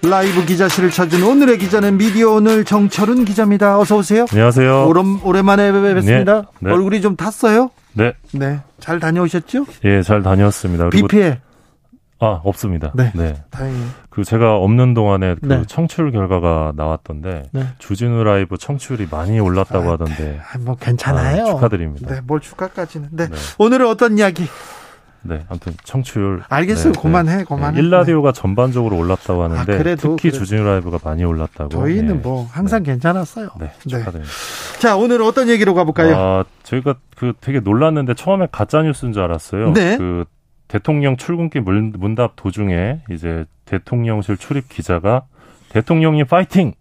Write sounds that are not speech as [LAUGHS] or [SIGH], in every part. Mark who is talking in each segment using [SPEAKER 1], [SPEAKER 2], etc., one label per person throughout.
[SPEAKER 1] 라이브 기자실을 찾은 오늘의 기자는 미디어 오늘 정철은 기자입니다. 어서 오세요.
[SPEAKER 2] 안녕하세요.
[SPEAKER 1] 오랜, 오랜만에 뵙습니다.
[SPEAKER 2] 네, 네.
[SPEAKER 1] 얼굴이 좀 탔어요?
[SPEAKER 2] 네,
[SPEAKER 1] 네. 잘 다녀오셨죠?
[SPEAKER 2] 예, 잘 다녀왔습니다.
[SPEAKER 1] 비
[SPEAKER 2] 그리고
[SPEAKER 1] 피해
[SPEAKER 2] 아 없습니다.
[SPEAKER 1] 네.
[SPEAKER 2] 네.
[SPEAKER 1] 다행이에요.
[SPEAKER 2] 그 제가 없는 동안에 그
[SPEAKER 1] 네.
[SPEAKER 2] 청취율 결과가 나왔던데
[SPEAKER 1] 네.
[SPEAKER 2] 주진우 라이브 청취율이 많이 올랐다고 하던데
[SPEAKER 1] 아, 뭐 괜찮아요.
[SPEAKER 2] 아, 축하드립니다.
[SPEAKER 1] 네,
[SPEAKER 2] 네.
[SPEAKER 1] 뭘 축하까지는. 네. 오늘은 어떤 이야기?
[SPEAKER 2] 네, 아무튼 청취율
[SPEAKER 1] 알겠어요.
[SPEAKER 2] 네,
[SPEAKER 1] 그만해, 그만해.
[SPEAKER 2] 일라디오가 전반적으로 올랐다고 하는데
[SPEAKER 1] 아, 그래도
[SPEAKER 2] 특히
[SPEAKER 1] 그래.
[SPEAKER 2] 주진우 라이브가 많이 올랐다고.
[SPEAKER 1] 저희는
[SPEAKER 2] 예.
[SPEAKER 1] 뭐 항상 괜찮았어요.
[SPEAKER 2] 네,
[SPEAKER 1] 네.
[SPEAKER 2] 축하드립니다.
[SPEAKER 1] 자, 오늘 어떤 얘기로 가볼까요?
[SPEAKER 2] 아, 저희가 그 되게 놀랐는데 처음에 가짜 뉴스인 줄 알았어요.
[SPEAKER 1] 네.
[SPEAKER 2] 그 대통령 출근길 문- 문답 도중에 이제 대통령실 출입 기자가 대통령이 파이팅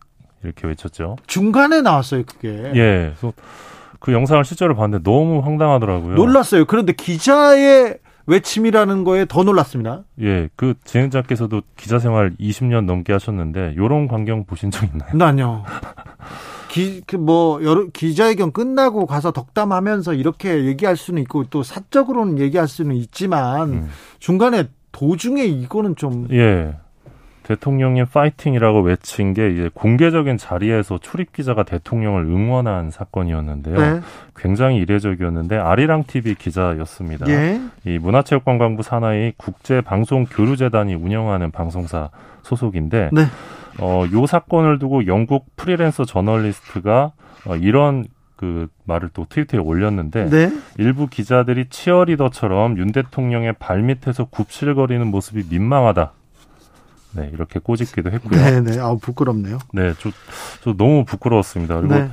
[SPEAKER 2] 이렇게 외쳤죠.
[SPEAKER 1] 중간에 나왔어요, 그게.
[SPEAKER 2] 예. 그래서 그 영상을 실제로 봤는데 너무 황당하더라고요.
[SPEAKER 1] 놀랐어요. 그런데 기자의 외침이라는 거에 더 놀랐습니다.
[SPEAKER 2] 예. 그 진행자께서도 기자 생활 20년 넘게 하셨는데 요런 광경 보신 적 있나요?
[SPEAKER 1] 아니요. [LAUGHS] 기, 그 뭐, 여러, 기자회견 끝나고 가서 덕담하면서 이렇게 얘기할 수는 있고 또 사적으로는 얘기할 수는 있지만
[SPEAKER 2] 음.
[SPEAKER 1] 중간에 도중에 이거는 좀
[SPEAKER 2] 예. 대통령의 파이팅이라고 외친 게 이제 공개적인 자리에서 출입 기자가 대통령을 응원한 사건이었는데요.
[SPEAKER 1] 네.
[SPEAKER 2] 굉장히 이례적이었는데 아리랑 TV 기자였습니다.
[SPEAKER 1] 예.
[SPEAKER 2] 이 문화체육관광부 산하의 국제방송교류재단이 운영하는 방송사 소속인데
[SPEAKER 1] 네.
[SPEAKER 2] 어, 요 사건을 두고 영국 프리랜서 저널리스트가 어, 이런 그 말을 또 트위터에 올렸는데
[SPEAKER 1] 네.
[SPEAKER 2] 일부 기자들이 치어리더처럼 윤 대통령의 발밑에서 굽실거리는 모습이 민망하다. 네, 이렇게 꼬집기도 했고요. 네,
[SPEAKER 1] 네, 네. 아우 부끄럽네요.
[SPEAKER 2] 저, 저 너무 부끄러웠습니다. 그리고
[SPEAKER 1] 네.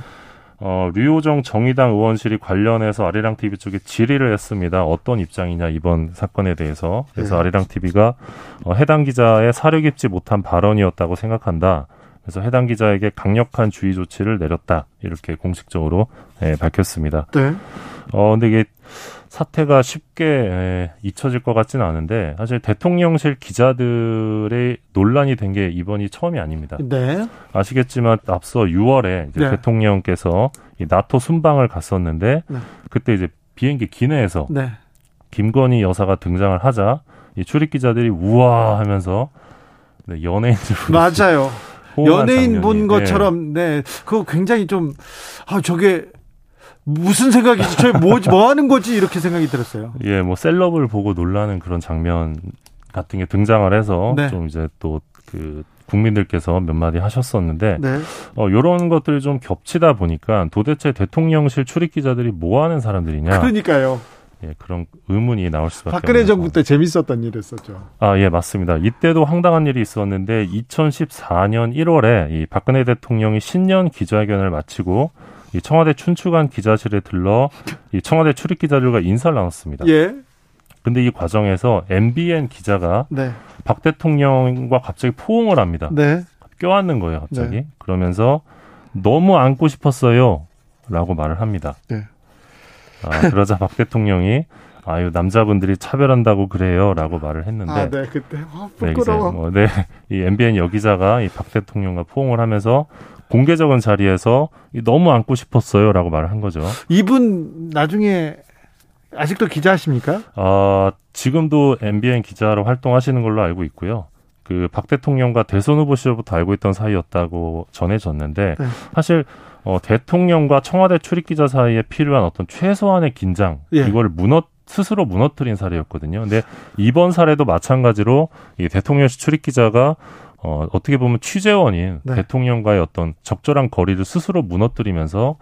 [SPEAKER 2] 어, 류호정 정의당 의원실이 관련해서 아리랑 TV 쪽에 질의를 했습니다. 어떤 입장이냐 이번 사건에 대해서. 그래서
[SPEAKER 1] 네.
[SPEAKER 2] 아리랑 TV가 어, 해당 기자의 사려 깊지 못한 발언이었다고 생각한다. 그래서 해당 기자에게 강력한 주의 조치를 내렸다. 이렇게 공식적으로 예, 밝혔습니다.
[SPEAKER 1] 네.
[SPEAKER 2] 어, 근데 이게 사태가 쉽게 예, 잊혀질 것 같지는 않은데 사실 대통령실 기자들의 논란이 된 게 이번이 처음이 아닙니다.
[SPEAKER 1] 네.
[SPEAKER 2] 아시겠지만 앞서 6월에 이제
[SPEAKER 1] 네.
[SPEAKER 2] 대통령께서 이 나토 순방을 갔었는데
[SPEAKER 1] 네.
[SPEAKER 2] 그때 이제 비행기 기내에서
[SPEAKER 1] 네.
[SPEAKER 2] 김건희 여사가 등장을 하자 이 출입 기자들이 우와 하면서 네, 연예인들
[SPEAKER 1] 맞아요. 연예인 본 것처럼 네. 그거 굉장히 좀 아, 저게 무슨 생각이지? 저 뭐, 뭐 하는 거지? 이렇게 생각이 들었어요.
[SPEAKER 2] 예, 뭐 셀럽을 보고 놀라는 그런 장면 같은 게 등장을 해서
[SPEAKER 1] 네.
[SPEAKER 2] 좀 이제 또 그 국민들께서 몇 마디 하셨었는데
[SPEAKER 1] 네.
[SPEAKER 2] 어 요런 것들이 좀 겹치다 보니까 도대체 대통령실 출입 기자들이 뭐 하는 사람들이냐
[SPEAKER 1] 그러니까요.
[SPEAKER 2] 예, 그런 의문이 나올 수밖에
[SPEAKER 1] 박근혜
[SPEAKER 2] 없는
[SPEAKER 1] 정부
[SPEAKER 2] 상황.
[SPEAKER 1] 때 재밌었던 일이었었죠.
[SPEAKER 2] 아, 예, 맞습니다. 이때도 황당한 일이 있었는데 2014년 1월에 이 박근혜 대통령이 신년 기자회견을 마치고 이 청와대 춘추관 기자실에 들러 이 청와대 출입 기자들과 인사를 나눴습니다.
[SPEAKER 1] 예.
[SPEAKER 2] 근데 이 과정에서 MBN 기자가
[SPEAKER 1] 네.
[SPEAKER 2] 박 대통령과 갑자기 포옹을 합니다.
[SPEAKER 1] 네.
[SPEAKER 2] 껴안는 거예요, 갑자기. 그러면서 너무 안고 싶었어요. 라고 말을 합니다.
[SPEAKER 1] 네.
[SPEAKER 2] 아, 그러자 박 대통령이 아유, 남자분들이 차별한다고 그래요. 라고 말을 했는데.
[SPEAKER 1] 아, 네. 그때 아,
[SPEAKER 2] 네, 이제
[SPEAKER 1] 부끄러워.
[SPEAKER 2] 뭐, 네, 이 MBN 여기자가 이 박 대통령과 포옹을 하면서 공개적인 자리에서 이 너무 안고 싶었어요라고 말을 한 거죠.
[SPEAKER 1] 이분 나중에 아직도 기자하십니까?
[SPEAKER 2] 아, 지금도 MBN 기자로 활동하시는 걸로 알고 있고요. 그 박 대통령과 대선 후보 시절부터 알고 있던 사이였다고 전해졌는데
[SPEAKER 1] 네.
[SPEAKER 2] 사실 어, 대통령과 청와대 출입 기자 사이에 필요한 어떤 최소한의 긴장
[SPEAKER 1] 예.
[SPEAKER 2] 이걸 무너 스스로 무너뜨린 사례였거든요. 근데 이번 사례도 마찬가지로 이 대통령실 출입 기자가 어, 어떻게 보면 취재원인
[SPEAKER 1] 네.
[SPEAKER 2] 대통령과의 어떤 적절한 거리를 스스로 무너뜨리면서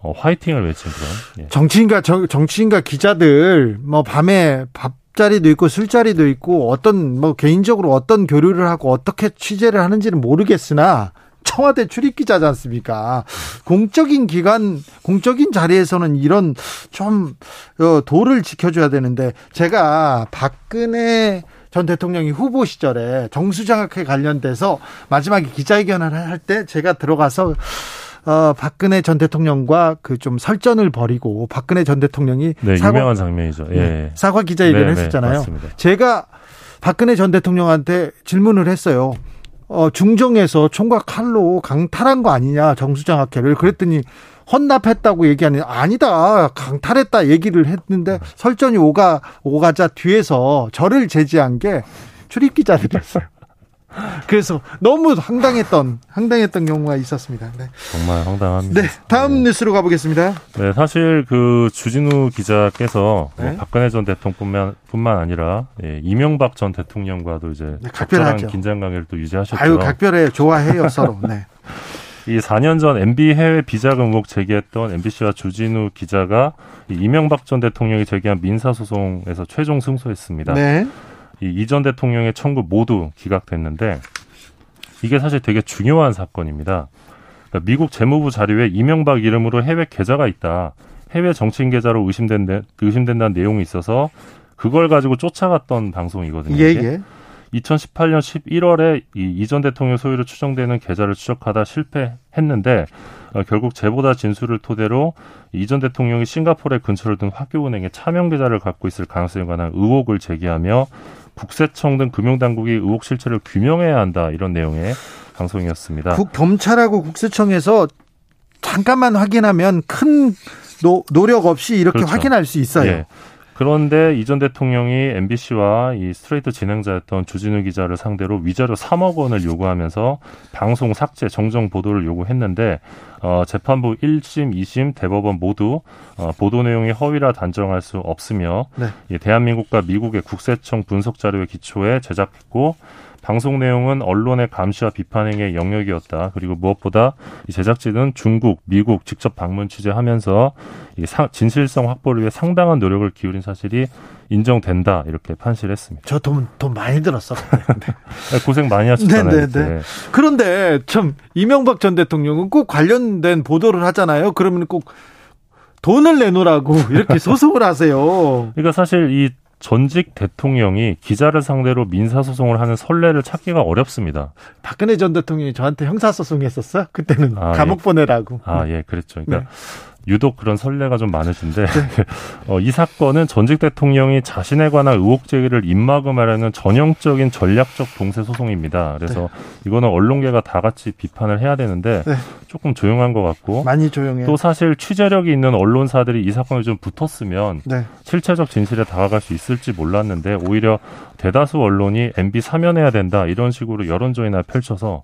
[SPEAKER 2] 어, 화이팅을 외친 그런 예.
[SPEAKER 1] 정치인과 정, 정치인과 기자들 뭐 밤에 밥자리도 있고 술자리도 있고 어떤 뭐 개인적으로 어떤 교류를 하고 어떻게 취재를 하는지는 모르겠으나 청와대 출입 기자지 않습니까? 공적인 기관, 공적인 자리에서는 이런 좀 어, 도를 지켜줘야 되는데 제가 박근혜 전 대통령이 후보 시절에 정수장학회 관련돼서 마지막에 기자회견을 할 때 제가 들어가서 어, 박근혜 전 대통령과 그 좀 설전을 벌이고 박근혜 전 대통령이
[SPEAKER 2] 네,
[SPEAKER 1] 사과,
[SPEAKER 2] 유명한 장면이죠. 예.
[SPEAKER 1] 네, 사과 기자회견을
[SPEAKER 2] 네, 네,
[SPEAKER 1] 했었잖아요.
[SPEAKER 2] 맞습니다.
[SPEAKER 1] 제가 박근혜 전 대통령한테 질문을 했어요. 어, 중정에서 총각 칼로 강탈한 거 아니냐, 정수장학회를. 그랬더니 헌납했다고 얘기하니 아니다 강탈했다 얘기를 했는데 설전이 오가 오가자 뒤에서 저를 제지한 게 출입 기자들이었어요. 그래서 너무 황당했던 황당했던 경우가 있었습니다. 네,
[SPEAKER 2] 정말 황당합니다.
[SPEAKER 1] 네 다음 뉴스로 가보겠습니다.
[SPEAKER 2] 네, 사실 그 주진우 기자께서
[SPEAKER 1] 네.
[SPEAKER 2] 뭐 박근혜 전 대통령뿐만 뿐만 아니라 예, 이명박 전 대통령과도 이제
[SPEAKER 1] 네,
[SPEAKER 2] 적절한
[SPEAKER 1] 각별하죠.
[SPEAKER 2] 긴장 관계를 또 유지하셨죠.
[SPEAKER 1] 아유 각별해요. 좋아해요 서로. 네.
[SPEAKER 2] 이 4년 전 MB 해외 비자금 의혹 제기했던 MBC와 주진우 기자가 이 이명박 전 대통령이 제기한 민사 소송에서 최종 승소했습니다.
[SPEAKER 1] 네.
[SPEAKER 2] 이전 대통령의 청구 모두 기각됐는데 이게 사실 되게 중요한 사건입니다. 그러니까 미국 재무부 자료에 이명박 이름으로 해외 계좌가 있다. 해외 정치인 계좌로 의심된, 의심된다는 내용이 있어서 그걸 가지고 쫓아갔던 방송이거든요.
[SPEAKER 1] 예
[SPEAKER 2] 이게.
[SPEAKER 1] 예.
[SPEAKER 2] 2018년 11월에 이 이전 대통령 소유로 추정되는 계좌를 추적하다 실패했는데 어, 결국 제보다 진술을 토대로 이전 대통령이 싱가포르의 근처를 둔 화교은행에 차명 계좌를 갖고 있을 가능성에 관한 의혹을 제기하며 국세청 등 금융당국이 의혹 실체를 규명해야 한다 이런 내용의 방송이었습니다.
[SPEAKER 1] 국 검찰하고 국세청에서 잠깐만 확인하면 큰 노, 노력 없이 이렇게
[SPEAKER 2] 그렇죠.
[SPEAKER 1] 확인할 수 있어요.
[SPEAKER 2] 예. 그런데 이전 대통령이 MBC와 이 스트레이트 진행자였던 주진우 기자를 상대로 위자료 3억 원을 요구하면서 방송 삭제, 정정 보도를 요구했는데 어, 재판부 1심, 2심, 대법원 모두 어, 보도 내용이 허위라 단정할 수 없으며
[SPEAKER 1] 네.
[SPEAKER 2] 이 대한민국과 미국의 국세청 분석 자료에 기초해 제작했고 방송 내용은 언론의 감시와 비판 행위의 영역이었다. 그리고 무엇보다 이 제작진은 중국, 미국 직접 방문 취재하면서 이 사- 진실성 확보를 위해 상당한 노력을 기울인 사실이 인정된다 이렇게 판시를 했습니다. 아,
[SPEAKER 1] 저 돈 돈 많이 들었어.
[SPEAKER 2] 고생 많이 하셨잖아요.
[SPEAKER 1] 네, 네, 네.
[SPEAKER 2] 이제.
[SPEAKER 1] [LAUGHS] 그런데 참 이명박 전 대통령은 꼭 관련된 보도를 하잖아요. 그러면 꼭 돈을 내놓으라고 [LAUGHS] 이렇게 소송을 하세요.
[SPEAKER 2] 그러니까 사실 이 전직 대통령이 기자를 상대로 민사소송을 하는 선례를 찾기가 어렵습니다.
[SPEAKER 1] 박근혜 전 대통령이 저한테 형사소송했었어. 그때는
[SPEAKER 2] 아,
[SPEAKER 1] 감옥 보내라고.
[SPEAKER 2] 아, 예, 그랬죠. 그러니까
[SPEAKER 1] 네.
[SPEAKER 2] 유독 그런 선례가 좀 많으신데 [LAUGHS] 어, 이 사건은 전직 대통령이 자신에 관한 의혹 제기를 입막음하려는 전형적인 전략적 봉쇄 소송입니다. 그래서 이거는 언론계가 다 같이 비판을 해야 되는데
[SPEAKER 1] 네.
[SPEAKER 2] 조금 조용한 것 같고
[SPEAKER 1] 많이 조용해요.
[SPEAKER 2] 또 사실 취재력이 있는 언론사들이 이 사건을 좀 붙었으면
[SPEAKER 1] 네.
[SPEAKER 2] 실체적 진실에 다가갈 수 있을지 몰랐는데 오히려 대다수 언론이 MB 사면해야 된다 이런 식으로 여론조이나 펼쳐서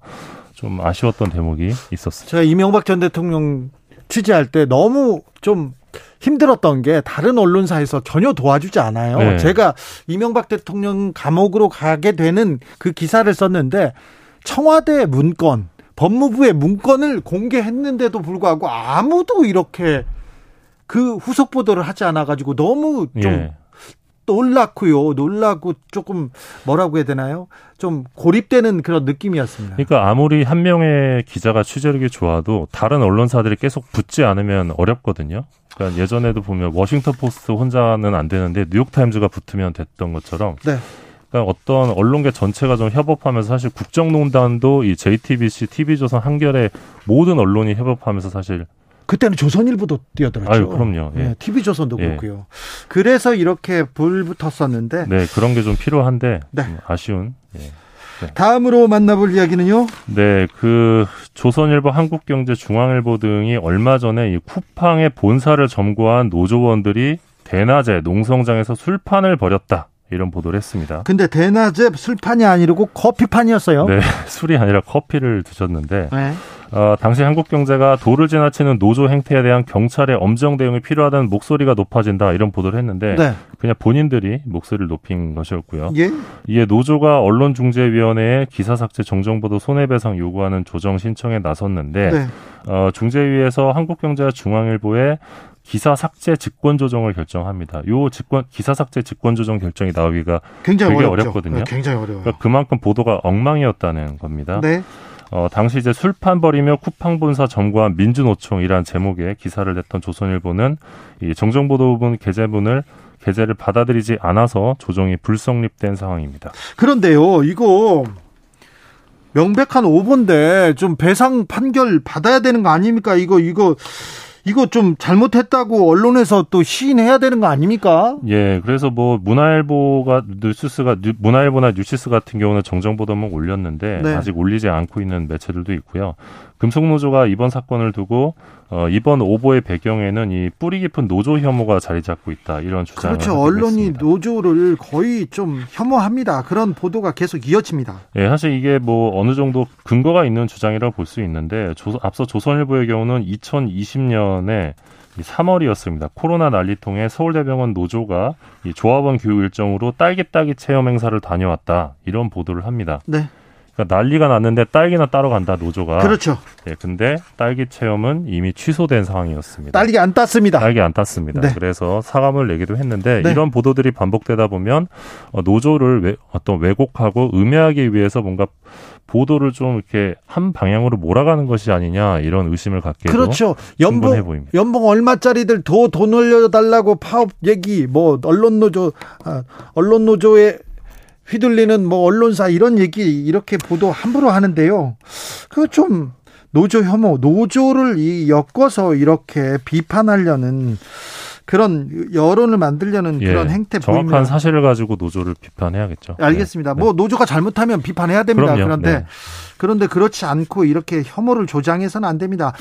[SPEAKER 2] 좀 아쉬웠던 대목이 있었습니다.
[SPEAKER 1] 제가 이명박 전 대통령 취재할 때 너무 좀 힘들었던 게 다른 언론사에서 전혀 도와주지 않아요.
[SPEAKER 2] 네.
[SPEAKER 1] 제가 이명박 대통령 감옥으로 가게 되는 그 기사를 썼는데 청와대 문건, 법무부의 문건을 공개했는데도 불구하고 아무도 이렇게 그 후속 보도를 하지 않아 가지고 너무 좀
[SPEAKER 2] 예.
[SPEAKER 1] 놀랐고요. 놀라고 조금 뭐라고 해야 되나요? 좀 고립되는 그런 느낌이었습니다.
[SPEAKER 2] 그러니까 아무리 한 명의 기자가 취재력이 좋아도 다른 언론사들이 계속 붙지 않으면 어렵거든요. 그러니까 예전에도 보면 워싱턴 포스트 혼자는 안 되는데 뉴욕 타임즈가 붙으면 됐던 것처럼
[SPEAKER 1] 네.
[SPEAKER 2] 그러니까 어떤 언론계 전체가 좀 협업하면서 사실 국정농단도 이 JTBC, TV조선, 한겨레 모든 언론이 협업하면서 사실
[SPEAKER 1] 그때는 조선일보도 뛰어들었죠.
[SPEAKER 2] 아유, 그럼요. 예.
[SPEAKER 1] 네, TV 조선도
[SPEAKER 2] 예.
[SPEAKER 1] 그렇고요. 그래서 이렇게 불붙었었는데
[SPEAKER 2] 네 그런 게 좀 필요한데
[SPEAKER 1] 네.
[SPEAKER 2] 좀 아쉬운. 예.
[SPEAKER 1] 다음으로 만나볼 이야기는요.
[SPEAKER 2] 네, 그 조선일보, 한국경제, 중앙일보 등이 얼마 전에 이 쿠팡의 본사를 점거한 노조원들이 대낮에 농성장에서 술판을 벌였다 이런 보도를 했습니다.
[SPEAKER 1] 근데 대낮에 술판이 아니고 커피판이었어요.
[SPEAKER 2] 네, [LAUGHS] 술이 아니라 커피를 드셨는데
[SPEAKER 1] 네.
[SPEAKER 2] 어, 당시 한국경제가 도를 지나치는 노조 행태에 대한 경찰의 엄정 대응이 필요하다는 목소리가 높아진다 이런 보도를 했는데
[SPEAKER 1] 네.
[SPEAKER 2] 그냥 본인들이 목소리를 높인 것이었고요.
[SPEAKER 1] 예.
[SPEAKER 2] 이에 노조가 언론중재위원회에 기사 삭제 정정보도 손해배상 요구하는 조정 신청에 나섰는데
[SPEAKER 1] 네.
[SPEAKER 2] 어, 중재위에서 한국경제와 중앙일보에 기사 삭제 직권 조정을 결정합니다. 요 직권 기사 삭제 직권 조정 결정이 나오기가
[SPEAKER 1] 굉장히
[SPEAKER 2] 되게
[SPEAKER 1] 어렵죠.
[SPEAKER 2] 어렵거든요.
[SPEAKER 1] 네, 굉장히 어려워요.
[SPEAKER 2] 그만큼 보도가 엉망이었다는 겁니다.
[SPEAKER 1] 네.
[SPEAKER 2] 어, 당시 이제 술판 버리며 쿠팡 본사 점거한 민주노총이란 제목의 기사를 냈던 조선일보는 이 정정보도부분 게재문을 게재를 받아들이지 않아서 조정이 불성립된 상황입니다.
[SPEAKER 1] 그런데요, 이거 명백한 오본데 좀 배상 판결 받아야 되는 거 아닙니까? 이거 이거 이거 좀 잘못했다고 언론에서 또 시인해야 되는 거 아닙니까?
[SPEAKER 2] 예, 그래서 뭐 문화일보가 뉴스가 문화일보나 뉴시스 같은 경우는 정정 보도만 올렸는데
[SPEAKER 1] 네.
[SPEAKER 2] 아직 올리지 않고 있는 매체들도 있고요. 금속노조가 이번 사건을 두고 어, 이번 오보의 배경에는 이 뿌리 깊은 노조 혐오가 자리 잡고 있다 이런 주장을
[SPEAKER 1] 그렇죠.
[SPEAKER 2] 하고
[SPEAKER 1] 언론이
[SPEAKER 2] 있습니다.
[SPEAKER 1] 노조를 거의 좀 혐오합니다. 그런 보도가 계속 이어집니다.
[SPEAKER 2] 예, 사실 이게 뭐 어느 정도 근거가 있는 주장이라고 볼 수 있는데 조- 앞서 조선일보의 경우는 2020년에 3월이었습니다. 코로나 난리통에 서울대병원 노조가 이 조합원 교육 일정으로 딸기 따기 체험 행사를 다녀왔다 이런 보도를 합니다.
[SPEAKER 1] 네.
[SPEAKER 2] 그러니까 난리가 났는데 딸기나 따러 간다 노조가.
[SPEAKER 1] 그렇죠.
[SPEAKER 2] 예, 근데 딸기 체험은 이미 취소된 상황이었습니다.
[SPEAKER 1] 네. 딸기 안 땄습니다.
[SPEAKER 2] 딸기 안 땄습니다.
[SPEAKER 1] 네.
[SPEAKER 2] 그래서 사과문을 내기도 했는데
[SPEAKER 1] 네.
[SPEAKER 2] 이런 보도들이 반복되다 보면 어, 노조를 외- 어떤 왜곡하고 음해하기 위해서 뭔가 보도를 좀 이렇게 한 방향으로 몰아가는 것이 아니냐 이런 의심을 갖게도
[SPEAKER 1] 그렇죠.
[SPEAKER 2] 충분해
[SPEAKER 1] 연봉
[SPEAKER 2] 보입니다.
[SPEAKER 1] 연봉 얼마짜리들 더 돈 올려달라고 파업 얘기, 뭐 언론 노조, 아, 언론 노조에 휘둘리는 뭐 언론사 이런 얘기 이렇게 보도 함부로 하는데요. 그 좀 노조 혐오, 노조를 이 엮어서 이렇게 비판하려는 그런 여론을 만들려는
[SPEAKER 2] 예,
[SPEAKER 1] 그런 행태
[SPEAKER 2] 정확한
[SPEAKER 1] 보입니다.
[SPEAKER 2] 사실을 가지고 노조를 비판해야겠죠.
[SPEAKER 1] 알겠습니다.
[SPEAKER 2] 네.
[SPEAKER 1] 뭐 노조가 잘못하면 비판해야 됩니다.
[SPEAKER 2] 그럼요.
[SPEAKER 1] 그런데
[SPEAKER 2] 네.
[SPEAKER 1] 그런데 그렇지 않고 이렇게 혐오를 조장해서는 안 됩니다.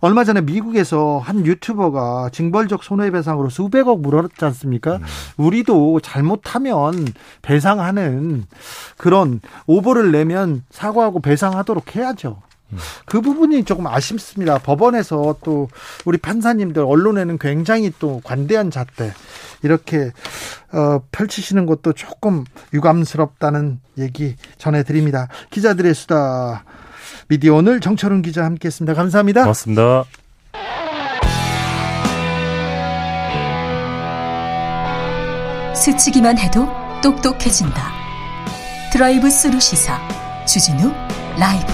[SPEAKER 1] 얼마 전에 미국에서 한 유튜버가 징벌적 손해배상으로 수백억 물었지 않습니까?
[SPEAKER 2] 음.
[SPEAKER 1] 우리도 잘못하면 배상하는 그런 오보를 내면 사과하고 배상하도록 해야죠. 그 부분이 조금 아쉽습니다. 법원에서 또 우리 판사님들 언론에는 굉장히 또 관대한 잣대 이렇게 어, 펼치시는 것도 조금 유감스럽다는 얘기 전해드립니다. 기자들의 수다 미디어 오늘 정철훈 기자 함께했습니다. 감사합니다.
[SPEAKER 2] 네, 고맙습니다.
[SPEAKER 3] 스치기만 해도 똑똑해진다. 드라이브 스루 시사 주진우 라이브.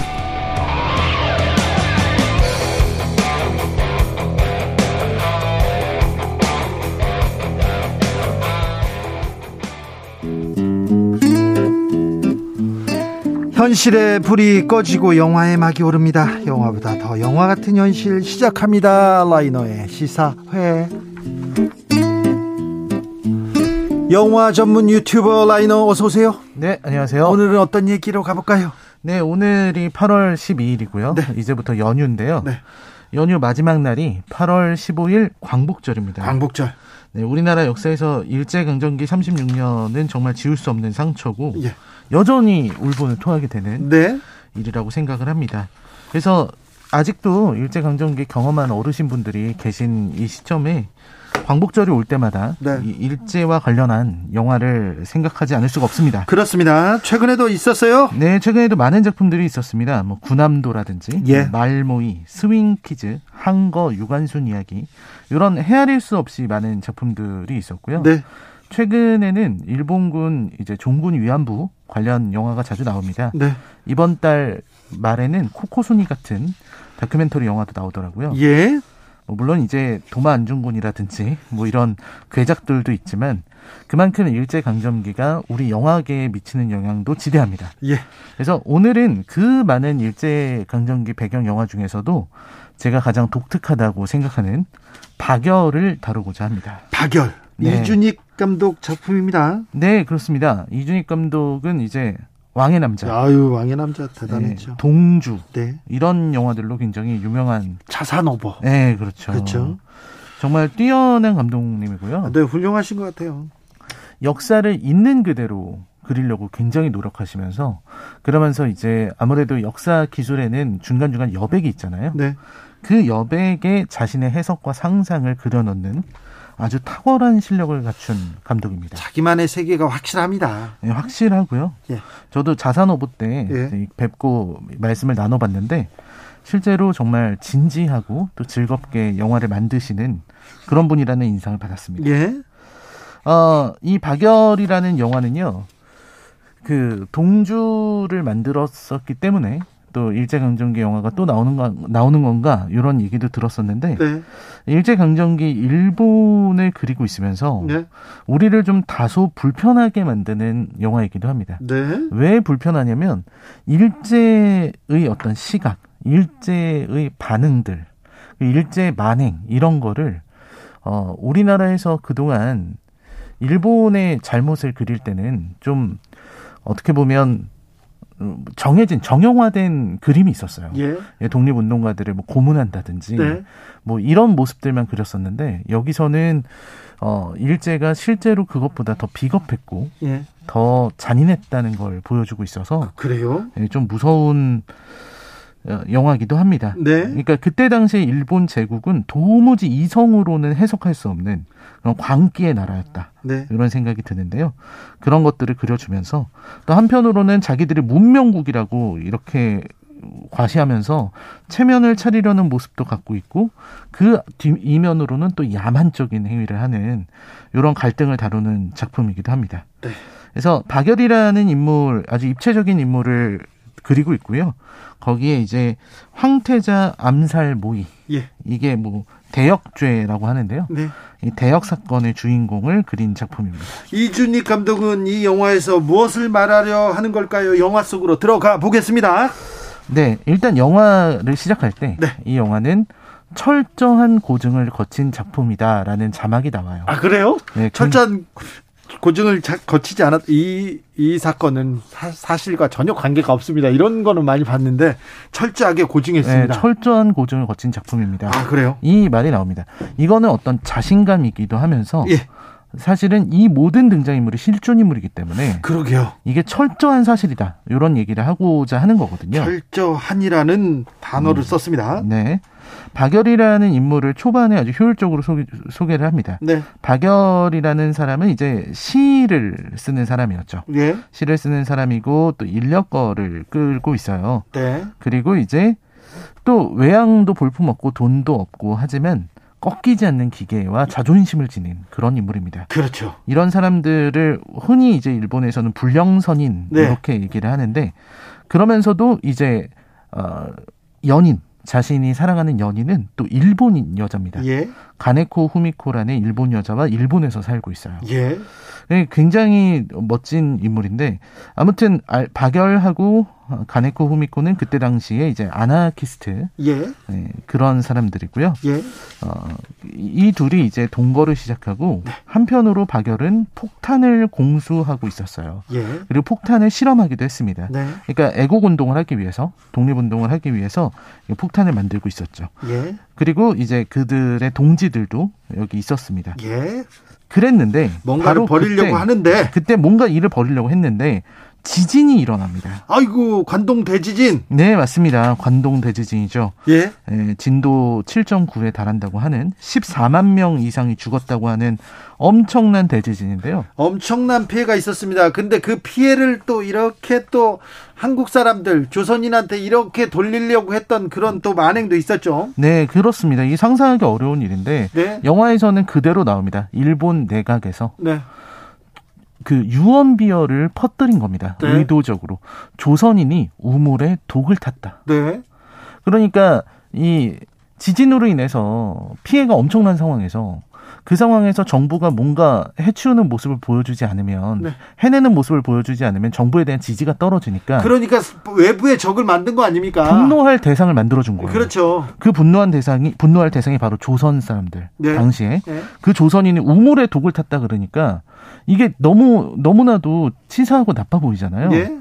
[SPEAKER 1] 현실의 불이 꺼지고 영화의 막이 오릅니다. 영화보다 더 영화 같은 현실 시작합니다. 라이너의 시사회. 영화 전문 유튜버 라이너 어서 오세요.
[SPEAKER 4] 네, 안녕하세요.
[SPEAKER 1] 오늘은 어떤 얘기로 가볼까요?
[SPEAKER 4] 네, 오늘이 8월 12일이고요.
[SPEAKER 1] 네.
[SPEAKER 4] 이제부터 연휴인데요.
[SPEAKER 1] 네.
[SPEAKER 4] 연휴 마지막 날이 8월 15일 광복절입니다.
[SPEAKER 1] 광복절.
[SPEAKER 4] 네, 우리나라 역사에서 일제강점기 36년은 정말 지울 수 없는 상처고
[SPEAKER 1] 예.
[SPEAKER 4] 여전히 울분을 토하게 되는
[SPEAKER 1] 네.
[SPEAKER 4] 일이라고 생각을 합니다. 그래서 아직도 일제강점기 경험한 어르신분들이 계신 이 시점에 광복절이 올 때마다
[SPEAKER 1] 네.
[SPEAKER 4] 이 일제와 관련한 영화를 생각하지 않을 수가 없습니다.
[SPEAKER 1] 그렇습니다. 최근에도 있었어요.
[SPEAKER 4] 네, 최근에도 많은 작품들이 있었습니다. 뭐 구남도라든지
[SPEAKER 1] 예.
[SPEAKER 4] 말모이, 스윙키즈, 한거 유관순 이야기 이런 헤아릴 수 없이 많은 작품들이 있었고요.
[SPEAKER 1] 네.
[SPEAKER 4] 최근에는 일본군 이제 종군 위안부 관련 영화가 자주 나옵니다.
[SPEAKER 1] 네.
[SPEAKER 4] 이번 달 말에는 코코순이 같은 다큐멘터리 영화도 나오더라고요.
[SPEAKER 1] 예.
[SPEAKER 4] 뭐 물론 이제 도마 안중근이라든지 뭐 이런 괴작들도 있지만 그만큼 일제 강점기가 우리 영화계에 미치는 영향도 지대합니다.
[SPEAKER 1] 예.
[SPEAKER 4] 그래서 오늘은 그 많은 일제 강점기 배경 영화 중에서도 제가 가장 독특하다고 생각하는 박열을 다루고자 합니다.
[SPEAKER 1] 박열.
[SPEAKER 4] 네.
[SPEAKER 1] 이준익 감독 작품입니다.
[SPEAKER 4] 네, 그렇습니다. 이준익 감독은 이제 왕의 남자,
[SPEAKER 1] 아유, 왕의 남자
[SPEAKER 4] 네,
[SPEAKER 1] 대단했죠.
[SPEAKER 4] 동주
[SPEAKER 1] 네.
[SPEAKER 4] 이런 영화들로 굉장히 유명한
[SPEAKER 1] 자산오버.
[SPEAKER 4] 네, 그렇죠.
[SPEAKER 1] 그렇죠.
[SPEAKER 4] 정말 뛰어난 감독님이고요.
[SPEAKER 1] 네, 훌륭하신 것 같아요.
[SPEAKER 4] 역사를 있는 그대로 그리려고 굉장히 노력하시면서 그러면서 이제 아무래도 역사 기술에는 중간중간 여백이 있잖아요.
[SPEAKER 1] 네.
[SPEAKER 4] 그 여백에 자신의 해석과 상상을 그려넣는 아주 탁월한 실력을 갖춘 감독입니다.
[SPEAKER 1] 자기만의 세계가 확실합니다.
[SPEAKER 4] 네, 확실하고요.
[SPEAKER 1] 예.
[SPEAKER 4] 저도 자산오보 때
[SPEAKER 1] 예.
[SPEAKER 4] 이- 뵙고 말씀을 나눠봤는데 실제로 정말 진지하고 또 즐겁게 영화를 만드시는 그런 분이라는 인상을 받았습니다.
[SPEAKER 1] 예.
[SPEAKER 4] 어, 이 박열이라는 영화는요, 그 동주를 만들었었기 때문에 또 일제 강점기 영화가 또 나오는 건 나오는 건가 이런 얘기도 들었었는데
[SPEAKER 1] 네.
[SPEAKER 4] 일제 강점기 일본을 그리고 있으면서
[SPEAKER 1] 네.
[SPEAKER 4] 우리를 좀 다소 불편하게 만드는 영화이기도 합니다.
[SPEAKER 1] 네.
[SPEAKER 4] 왜 불편하냐면 일제의 어떤 시각, 일제의 반응들, 일제 만행 이런 거를 어 우리나라에서 그동안 일본의 잘못을 그릴 때는 좀 어떻게 보면 음, 정해진 정형화된 그림이 있었어요.
[SPEAKER 1] 예.
[SPEAKER 4] 예, 독립운동가들을 뭐 고문한다든지
[SPEAKER 1] 네.
[SPEAKER 4] 뭐 이런 모습들만 그렸었는데 여기서는 어 일제가 실제로 그것보다 더 비겁했고
[SPEAKER 1] 예.
[SPEAKER 4] 더 잔인했다는 걸 보여주고 있어서
[SPEAKER 1] 그래요?
[SPEAKER 4] 예, 좀 무서운 어, 영화기도 합니다.
[SPEAKER 1] 네.
[SPEAKER 4] 그러니까 그때 당시에 일본 제국은 도무지 이성으로는 해석할 수 없는 그런 광기의 나라였다.
[SPEAKER 1] 네.
[SPEAKER 4] 이런 생각이 드는데요. 그런 것들을 그려주면서 또 한편으로는 자기들이 문명국이라고 이렇게 과시하면서 체면을 차리려는 모습도 갖고 있고 그 뒷- 이면으로는 또 야만적인 행위를 하는 이런 갈등을 다루는 작품이기도 합니다.
[SPEAKER 1] 네.
[SPEAKER 4] 그래서 박열이라는 인물 아주 입체적인 인물을 그리고 있고요. 거기에 이제 황태자 암살 모의
[SPEAKER 1] 예.
[SPEAKER 4] 이게 뭐 대역죄라고 하는데요.
[SPEAKER 1] 네.
[SPEAKER 4] 이 대역 사건의 주인공을 그린 작품입니다.
[SPEAKER 1] 이준익 감독은 이 영화에서 무엇을 말하려 하는 걸까요? 영화 속으로 들어가 보겠습니다.
[SPEAKER 4] 네, 일단 영화를 시작할 때 이
[SPEAKER 1] 네.
[SPEAKER 4] 영화는 철저한 고증을 거친 작품이다라는 자막이 나와요.
[SPEAKER 1] 아, 그래요?
[SPEAKER 4] 네,
[SPEAKER 1] 철저한 고증을 자- 거치지 않았, 이, 이 사건은 사, 실과 전혀 관계가 없습니다. 이런 거는 많이 봤는데, 철저하게
[SPEAKER 4] 네,
[SPEAKER 1] 고증했습니다.
[SPEAKER 4] 철저한 고증을 거친 작품입니다.
[SPEAKER 1] 아, 그래요?
[SPEAKER 4] 이 말이 나옵니다. 이거는 어떤 자신감이기도 하면서
[SPEAKER 1] 예.
[SPEAKER 4] 사실은 이 모든 등장인물이 실존 인물이기 때문에
[SPEAKER 1] 그러게요.
[SPEAKER 4] 이게 철저한 사실이다. 이런 얘기를 하고자 하는 거거든요.
[SPEAKER 1] 철저한이라는 단어를 썼습니다.
[SPEAKER 4] 네. 박열이라는 인물을 초반에 아주 효율적으로 소개, 소개를 합니다.
[SPEAKER 1] 네.
[SPEAKER 4] 박열이라는 사람은 이제 시를 쓰는 사람이었죠.
[SPEAKER 1] 예.
[SPEAKER 4] 시를 쓰는 사람이고 또 인력거를 끌고 있어요.
[SPEAKER 1] 네.
[SPEAKER 4] 그리고 이제 또 외양도 볼품없고 돈도 없고 하지만 꺾이지 않는 기계와 자존심을 지닌 그런 인물입니다.
[SPEAKER 1] 그렇죠.
[SPEAKER 4] 이런 사람들을 흔히 이제 일본에서는 불령선인
[SPEAKER 1] 네.
[SPEAKER 4] 이렇게 얘기를 하는데 그러면서도 이제 어 연인 자신이 사랑하는 연인은 또 일본인 여자입니다.
[SPEAKER 1] 예.
[SPEAKER 4] 가네코 후미코라는 일본 여자와 일본에서 살고 있어요.
[SPEAKER 1] 예.
[SPEAKER 4] 네, 굉장히 멋진 인물인데 아무튼 알- 박열하고 가네코 후미코는 그때 당시에 이제 아나키스트
[SPEAKER 1] 예.
[SPEAKER 4] 네, 그런 사람들이고요.
[SPEAKER 1] 예.
[SPEAKER 4] 어, 이 둘이 이제 동거를 시작하고
[SPEAKER 1] 네.
[SPEAKER 4] 한편으로 박열은 폭탄을 공수하고 있었어요.
[SPEAKER 1] 예.
[SPEAKER 4] 그리고 폭탄을 실험하기도 했습니다.
[SPEAKER 1] 네.
[SPEAKER 4] 그러니까 애국 운동을 하기 위해서 독립 운동을 하기 위해서 이 폭탄을 만들고 있었죠.
[SPEAKER 1] 예.
[SPEAKER 4] 그리고 이제 그들의 동지들도 여기 있었습니다.
[SPEAKER 1] 예.
[SPEAKER 4] 그랬는데
[SPEAKER 1] 뭔가를
[SPEAKER 4] 바로
[SPEAKER 1] 버리려고
[SPEAKER 4] 그때
[SPEAKER 1] 하는데
[SPEAKER 4] 그때 뭔가 일을 벌이려고 했는데 지진이 일어납니다.
[SPEAKER 1] 아이고 관동 대지진
[SPEAKER 4] 네, 맞습니다. 관동 대지진이죠.
[SPEAKER 1] 예
[SPEAKER 4] 예, 진도 7.9에 달한다고 하는 14만 명 이상이 죽었다고 하는 엄청난 대지진인데요.
[SPEAKER 1] 엄청난 피해가 있었습니다. 근데 그 피해를 또 이렇게 또 한국 사람들 조선인한테 이렇게 돌리려고 했던 그런 또 만행도 있었죠.
[SPEAKER 4] 네, 그렇습니다. 이 상상하기 어려운 일인데
[SPEAKER 1] 네.
[SPEAKER 4] 영화에서는 그대로 나옵니다. 일본 내각에서
[SPEAKER 1] 네.
[SPEAKER 4] 그 유언비어를 퍼뜨린 겁니다.
[SPEAKER 1] 네.
[SPEAKER 4] 의도적으로 조선인이 우물에 독을 탔다.
[SPEAKER 1] 네.
[SPEAKER 4] 그러니까 이 지진으로 인해서 피해가 엄청난 상황에서 그 상황에서 정부가 뭔가 해치우는 모습을 보여주지 않으면
[SPEAKER 1] 네.
[SPEAKER 4] 해내는 모습을 보여주지 않으면 정부에 대한 지지가 떨어지니까
[SPEAKER 1] 그러니까 외부의 적을 만든 거 아닙니까?
[SPEAKER 4] 분노할 대상을 만들어준 거예요.
[SPEAKER 1] 그렇죠.
[SPEAKER 4] 그 분노한 대상이 분노할 대상이 바로 조선 사람들
[SPEAKER 1] 네.
[SPEAKER 4] 당시에
[SPEAKER 1] 예.
[SPEAKER 4] 그 조선인이 우물에 독을 탔다 그러니까 이게 너무 너무나도 치사하고 나빠 보이잖아요.
[SPEAKER 1] 예.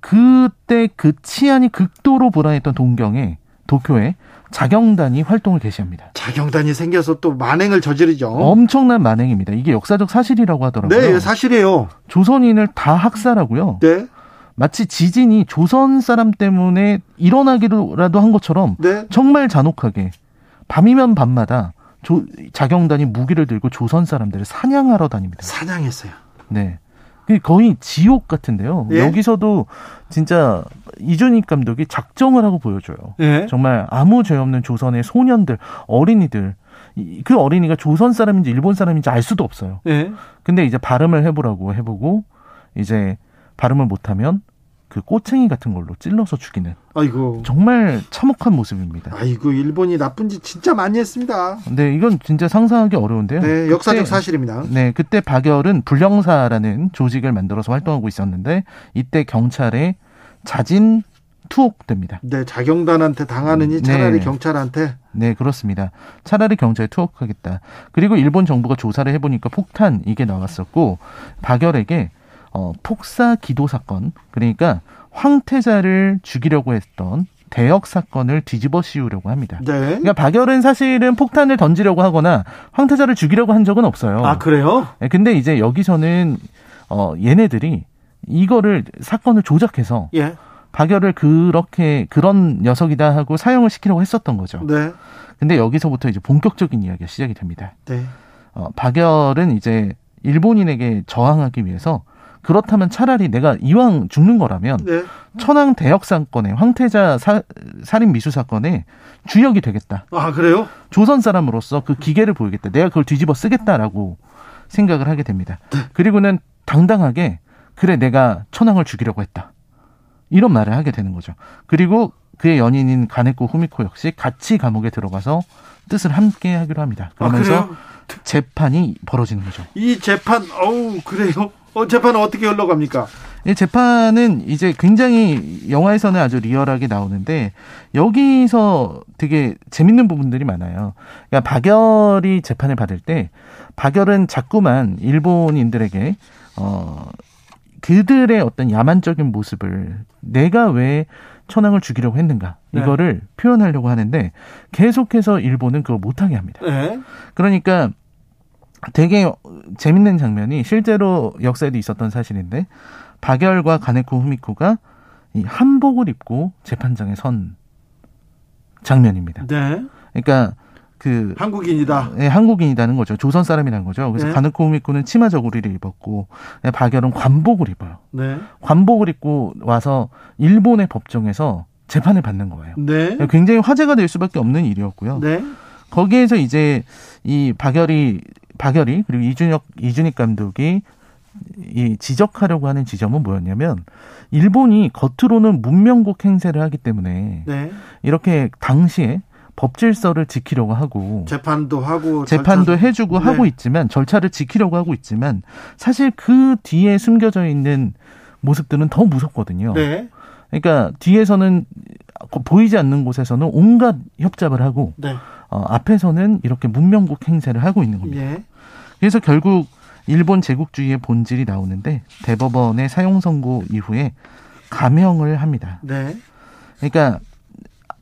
[SPEAKER 4] 그때 그 치안이 극도로 불안했던 동경에 도쿄에 자경단이 활동을 개시합니다.
[SPEAKER 1] 자경단이 생겨서 또 만행을 저지르죠.
[SPEAKER 4] 어? 엄청난 만행입니다. 이게 역사적 사실이라고 하더라고요.
[SPEAKER 1] 네, 사실이에요.
[SPEAKER 4] 조선인을 다 학살하고요.
[SPEAKER 1] 네.
[SPEAKER 4] 마치 지진이 조선 사람 때문에 일어나기라도 한 것처럼
[SPEAKER 1] 네.
[SPEAKER 4] 정말 잔혹하게 밤이면 밤마다 조- 자경단이 무기를 들고 조선 사람들을 사냥하러 다닙니다.
[SPEAKER 1] 사냥했어요.
[SPEAKER 4] 네. 그게 거의 지옥 같은데요.
[SPEAKER 1] 예?
[SPEAKER 4] 여기서도 진짜 이준익 감독이 작정을 하고 보여줘요.
[SPEAKER 1] 예.
[SPEAKER 4] 정말 아무 죄 없는 조선의 소년들, 어린이들. 이- 그 어린이가 조선 사람인지 일본 사람인지 알 수도 없어요.
[SPEAKER 1] 예.
[SPEAKER 4] 근데 이제 발음을 해보라고 해보고, 이제 발음을 못하면 그 꼬챙이 같은 걸로 찔러서 죽이는
[SPEAKER 1] 아이고.
[SPEAKER 4] 정말 참혹한 모습입니다.
[SPEAKER 1] 아이고 일본이 나쁜 짓 진짜 많이 했습니다.
[SPEAKER 4] 근데 이건 진짜 상상하기 어려운데요.
[SPEAKER 1] 네, 역사적
[SPEAKER 4] 예, 그때-
[SPEAKER 1] 사실입니다.
[SPEAKER 4] 네, 그때 박열은 불령사라는 조직을 만들어서 활동하고 있었는데 이때 경찰에 자진 투옥됩니다.
[SPEAKER 1] 네, 자경단한테 당하느니 차라리
[SPEAKER 4] 네.
[SPEAKER 1] 경찰한테
[SPEAKER 4] 네, 그렇습니다. 차라리 경찰에 투옥하겠다. 그리고 일본 정부가 조사를 해보니까 폭탄 이게 나왔었고 박열에게 어, 폭사 기도 사건 그러니까 황태자를 죽이려고 했던 대역 사건을 뒤집어 씌우려고 합니다.
[SPEAKER 1] 네.
[SPEAKER 4] 그러니까 박열은 사실은 폭탄을 던지려고 하거나 황태자를 죽이려고 한 적은 없어요.
[SPEAKER 1] 아 그래요?
[SPEAKER 4] 예, 근데 이제 여기서는 어 얘네들이 이거를 사건을 조작해서
[SPEAKER 1] 예.
[SPEAKER 4] 박열을 그렇게 그런 녀석이다 하고 사형을 시키려고 했었던 거죠.
[SPEAKER 1] 네.
[SPEAKER 4] 근데 여기서부터 이제 본격적인 이야기가 시작이 됩니다.
[SPEAKER 1] 네.
[SPEAKER 4] 어, 박열은 이제 일본인에게 저항하기 위해서 그렇다면 차라리 내가 이왕 죽는 거라면
[SPEAKER 1] 네.
[SPEAKER 4] 천황 대역 사건에 황태자 사- 살인 미수 사건에 주역이 되겠다.
[SPEAKER 1] 아 그래요?
[SPEAKER 4] 조선 사람으로서 그 기계를 보이겠다. 내가 그걸 뒤집어 쓰겠다라고 생각을 하게 됩니다.
[SPEAKER 1] 네.
[SPEAKER 4] 그리고는 당당하게 그래 내가 천황을 죽이려고 했다. 이런 말을 하게 되는 거죠. 그리고 그의 연인인 가네코 후미코 역시 같이 감옥에 들어가서 뜻을 함께 하기로 합니다.
[SPEAKER 1] 아
[SPEAKER 4] 그러면서
[SPEAKER 1] 그래요?
[SPEAKER 4] 재판이 벌어지는 거죠.
[SPEAKER 1] 이 재판 어우 그래요? 어 재판은 어떻게 흘러갑니까?
[SPEAKER 4] 이 예, 재판은 이제 굉장히 영화에서는 아주 리얼하게 나오는데 여기서 되게 재밌는 부분들이 많아요. 그러니까 박열이 재판을 받을 때 박열은 자꾸만 일본인들에게 어 그들의 어떤 야만적인 모습을 내가 왜 천황을 죽이려고 했는가
[SPEAKER 1] 네.
[SPEAKER 4] 이거를 표현하려고 하는데 계속해서 일본은 그걸 못하게 합니다.
[SPEAKER 1] 네.
[SPEAKER 4] 그러니까 되게 재밌는 장면이 실제로 역사에도 있었던 사실인데 박열과 가네코 후미코가 이 한복을 입고 재판장에 선 장면입니다.
[SPEAKER 1] 네.
[SPEAKER 4] 그러니까 그
[SPEAKER 1] 한국인이다.
[SPEAKER 4] 예, 한국인이라는 거죠. 조선 사람이라는 거죠. 그래서
[SPEAKER 1] 네.
[SPEAKER 4] 가네코 후미코는 치마 저고리를 입었고 예, 박열은 관복을 입어요.
[SPEAKER 1] 네.
[SPEAKER 4] 관복을 입고 와서 일본의 법정에서 재판을 받는 거예요.
[SPEAKER 1] 네.
[SPEAKER 4] 굉장히 화제가 될 수밖에 없는 일이었고요.
[SPEAKER 1] 네.
[SPEAKER 4] 거기에서 이제 이 박열이 박열이 그리고 이준혁 이준익 감독이 이 지적하려고 하는 지점은 뭐였냐면 일본이 겉으로는 문명국 행세를 하기 때문에
[SPEAKER 1] 네.
[SPEAKER 4] 이렇게 당시에 법 질서를 지키려고 하고
[SPEAKER 1] 재판도 하고
[SPEAKER 4] 재판도
[SPEAKER 1] 절차-
[SPEAKER 4] 해주고
[SPEAKER 1] 네.
[SPEAKER 4] 하고 있지만 절차를 지키려고 하고 있지만 사실 그 뒤에 숨겨져 있는 모습들은 더 무섭거든요.
[SPEAKER 1] 네.
[SPEAKER 4] 그러니까 뒤에서는 보이지 않는 곳에서는 온갖 협잡을 하고
[SPEAKER 1] 네.
[SPEAKER 4] 어, 앞에서는 이렇게 문명국 행세를 하고 있는 겁니다.
[SPEAKER 1] 예.
[SPEAKER 4] 그래서 결국 일본 제국주의의 본질이 나오는데 대법원의 사용 선고 이후에 감형을 합니다.
[SPEAKER 1] 네.
[SPEAKER 4] 그러니까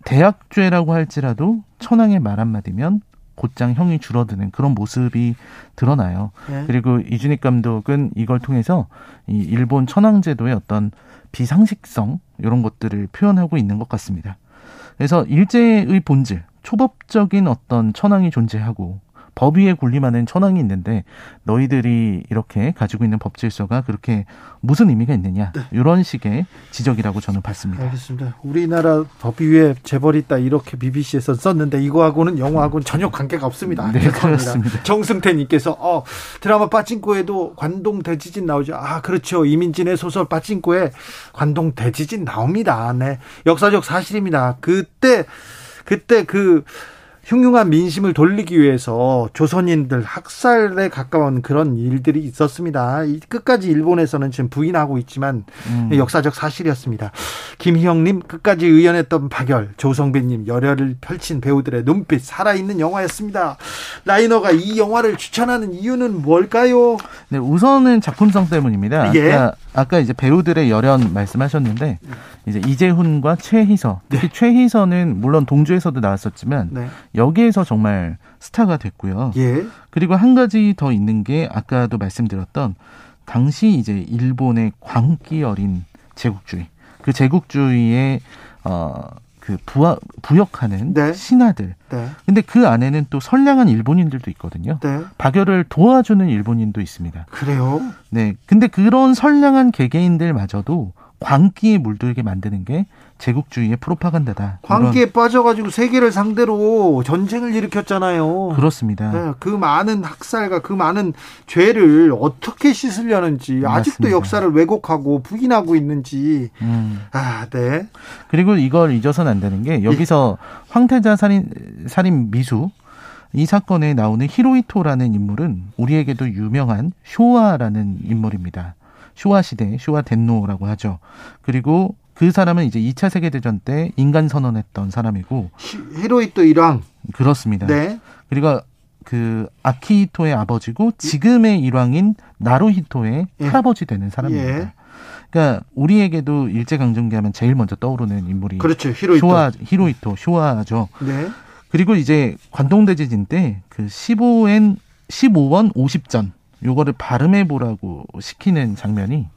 [SPEAKER 4] 대학죄라고 할지라도 천황의 말 한마디면 곧장 형이 줄어드는 그런 모습이 드러나요.
[SPEAKER 1] 네.
[SPEAKER 4] 그리고 이준익 감독은 이걸 통해서 이 일본 천황제도의 어떤 비상식성 이런 것들을 표현하고 있는 것 같습니다. 그래서 일제의 본질, 초법적인 어떤 천황이 존재하고 법 위에 군림하는 천황이 있는데 너희들이 이렇게 가지고 있는 법 질서가 그렇게 무슨 의미가 있느냐 이런 식의 지적이라고 저는 봤습니다.
[SPEAKER 1] 알겠습니다. 우리나라 법 위에 재벌 있다 이렇게 BBC에서 썼는데 이거하고는 영화하고는 전혀 관계가 없습니다.
[SPEAKER 4] 네,
[SPEAKER 1] 죄송합니다.
[SPEAKER 4] 그렇습니다.
[SPEAKER 1] 정승태님께서 어, 드라마 빠진코에도 관동 대지진 나오죠. 아 그렇죠. 이민진의 소설 빠진코에 관동 대지진 나옵니다. 네, 역사적 사실입니다. 그때 그때 그 흉흉한 민심을 돌리기 위해서 조선인들 학살에 가까운 그런 일들이 있었습니다. 이- 끝까지 일본에서는 지금 부인하고 있지만
[SPEAKER 4] 음.
[SPEAKER 1] 역사적 사실이었습니다. 김희영님 끝까지 의연했던 박열, 조성빈님 열혈을 펼친 배우들의 눈빛 살아있는 영화였습니다. 라이너가 이 영화를 추천하는 이유는 뭘까요?
[SPEAKER 4] 네, 우선은 작품성 때문입니다. 아까,
[SPEAKER 1] 예. 음.
[SPEAKER 4] 아까 이제 배우들의 열연 말씀하셨는데 이제 이재훈과 최희서 특히 최희서는 물론 동주에서도 나왔었지만
[SPEAKER 1] 네,
[SPEAKER 4] 여기에서 정말 스타가 됐고요.
[SPEAKER 1] 예,
[SPEAKER 4] 그리고 한 가지 더 있는 게 아까도 말씀드렸던 당시 이제 일본의 광기 어린 제국주의 그 제국주의의 어그 부하 부역하는
[SPEAKER 1] 네.
[SPEAKER 4] 신하들
[SPEAKER 1] 네,
[SPEAKER 4] 근데 그 안에는 또 선량한 일본인들도 있거든요.
[SPEAKER 1] 네,
[SPEAKER 4] 박열을 도와주는 일본인도 있습니다.
[SPEAKER 1] 그래요.
[SPEAKER 4] 네. 근데 그런 선량한 개개인들마저도 광기에 물들게 만드는 게 제국주의의 프로파간다다.
[SPEAKER 1] 광기에 빠져가지고 세계를 상대로 전쟁을 일으켰잖아요.
[SPEAKER 4] 이런- 그렇습니다.
[SPEAKER 1] 네, 그 많은 학살과 그 많은 죄를 어떻게 씻으려는지 아직도
[SPEAKER 4] 맞습니다.
[SPEAKER 1] 역사를 왜곡하고 부인하고 있는지
[SPEAKER 4] 음.
[SPEAKER 1] 아, 네.
[SPEAKER 4] 그리고 이걸 잊어서는 안 되는 게 여기서
[SPEAKER 1] 예.
[SPEAKER 4] 황태자 살인 살인 미수 이 사건에 나오는 히로히토라는 인물은 우리에게도 유명한 쇼와라는 인물입니다. 쇼와 시대 쇼와 덴노라고 하죠. 그리고 그 사람은 이제 2차 세계 대전 때 인간 선언했던 사람이고
[SPEAKER 1] 히로히토 일왕.
[SPEAKER 4] 그렇습니다.
[SPEAKER 1] 네.
[SPEAKER 4] 그리고 그 아키히토의 아버지고 지금의 일왕인 나루히토의
[SPEAKER 1] 예.
[SPEAKER 4] 할아버지 되는 사람입니다.
[SPEAKER 1] 예.
[SPEAKER 4] 그러니까 우리에게도 일제 강점기 하면 제일 먼저 떠오르는 인물이
[SPEAKER 1] 그렇죠. 히로히토
[SPEAKER 4] 쇼와 히로히토 쇼와죠.
[SPEAKER 1] 네.
[SPEAKER 4] 그리고 이제 관동대지진 때 그 15엔 15원 50전 요거를 발음해 보라고 시키는 장면이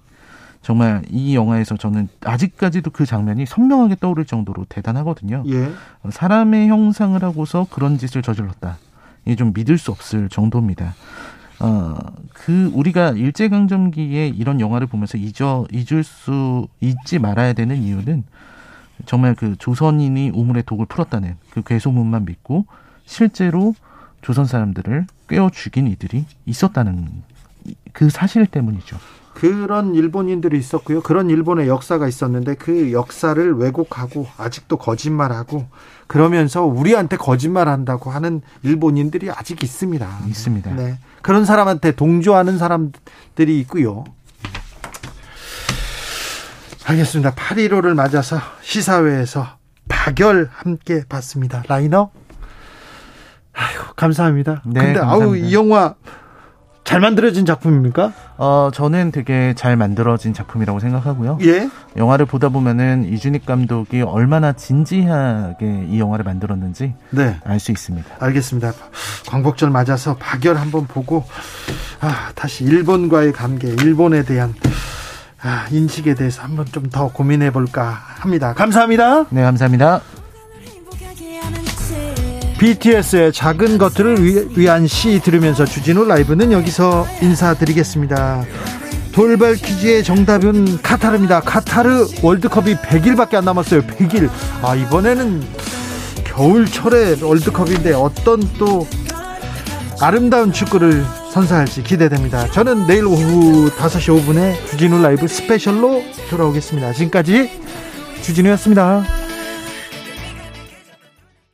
[SPEAKER 4] 정말 이 영화에서 저는 아직까지도 그 장면이 선명하게 떠오를 정도로 대단하거든요.
[SPEAKER 1] 예.
[SPEAKER 4] 사람의 형상을 하고서 그런 짓을 저질렀다. 이게 좀 믿을 수 없을 정도입니다. 어, 그 우리가 일제 강점기에 이런 영화를 보면서 잊어 잊을 수 잊지 말아야 되는 이유는 정말 그 조선인이 우물의 독을 풀었다는 그 괴소문만 믿고 실제로 조선 사람들을 꿰어 죽인 이들이 있었다는 그 사실 때문이죠.
[SPEAKER 1] 그런 일본인들이 있었고요. 그런 일본의 역사가 있었는데 그 역사를 왜곡하고 아직도 거짓말하고 그러면서 우리한테 거짓말한다고 하는 일본인들이 아직 있습니다.
[SPEAKER 4] 있습니다.
[SPEAKER 1] 네. 그런 사람한테 동조하는 사람들이 있고요. 알겠습니다. 8.15를 맞아서 시사회에서 박열 함께 봤습니다. 라이너? 아휴, 감사합니다.
[SPEAKER 4] 네,
[SPEAKER 1] 근데 아우
[SPEAKER 4] 감사합니다.
[SPEAKER 1] 이 영화 잘 만들어진 작품입니까?
[SPEAKER 4] 어, 저는 되게 잘 만들어진 작품이라고 생각하고요.
[SPEAKER 1] 예.
[SPEAKER 4] 영화를 보다 보면은 이준익 감독이 얼마나 진지하게 이 영화를 만들었는지
[SPEAKER 1] 네.
[SPEAKER 4] 알 수 있습니다.
[SPEAKER 1] 알겠습니다. 광복절 맞아서 박열 한번 보고 아, 다시 일본과의 관계, 일본에 대한 아, 인식에 대해서 한번 좀 더 고민해 볼까 합니다. 감사합니다.
[SPEAKER 4] 네, 감사합니다.
[SPEAKER 5] 행복하게 하는 채
[SPEAKER 1] BTS의 작은 것들을 위- 위한 시 들으면서 주진우 라이브는 여기서 인사드리겠습니다. 돌발 퀴즈의 정답은 카타르입니다. 카타르 월드컵이 100일밖에 안 남았어요. 100일. 아, 이번에는 겨울철에 월드컵인데 어떤 또 아름다운 축구를 선사할지 기대됩니다. 저는 내일 오후 5시 5분에 주진우 라이브 스페셜로 돌아오겠습니다. 지금까지 주진우였습니다.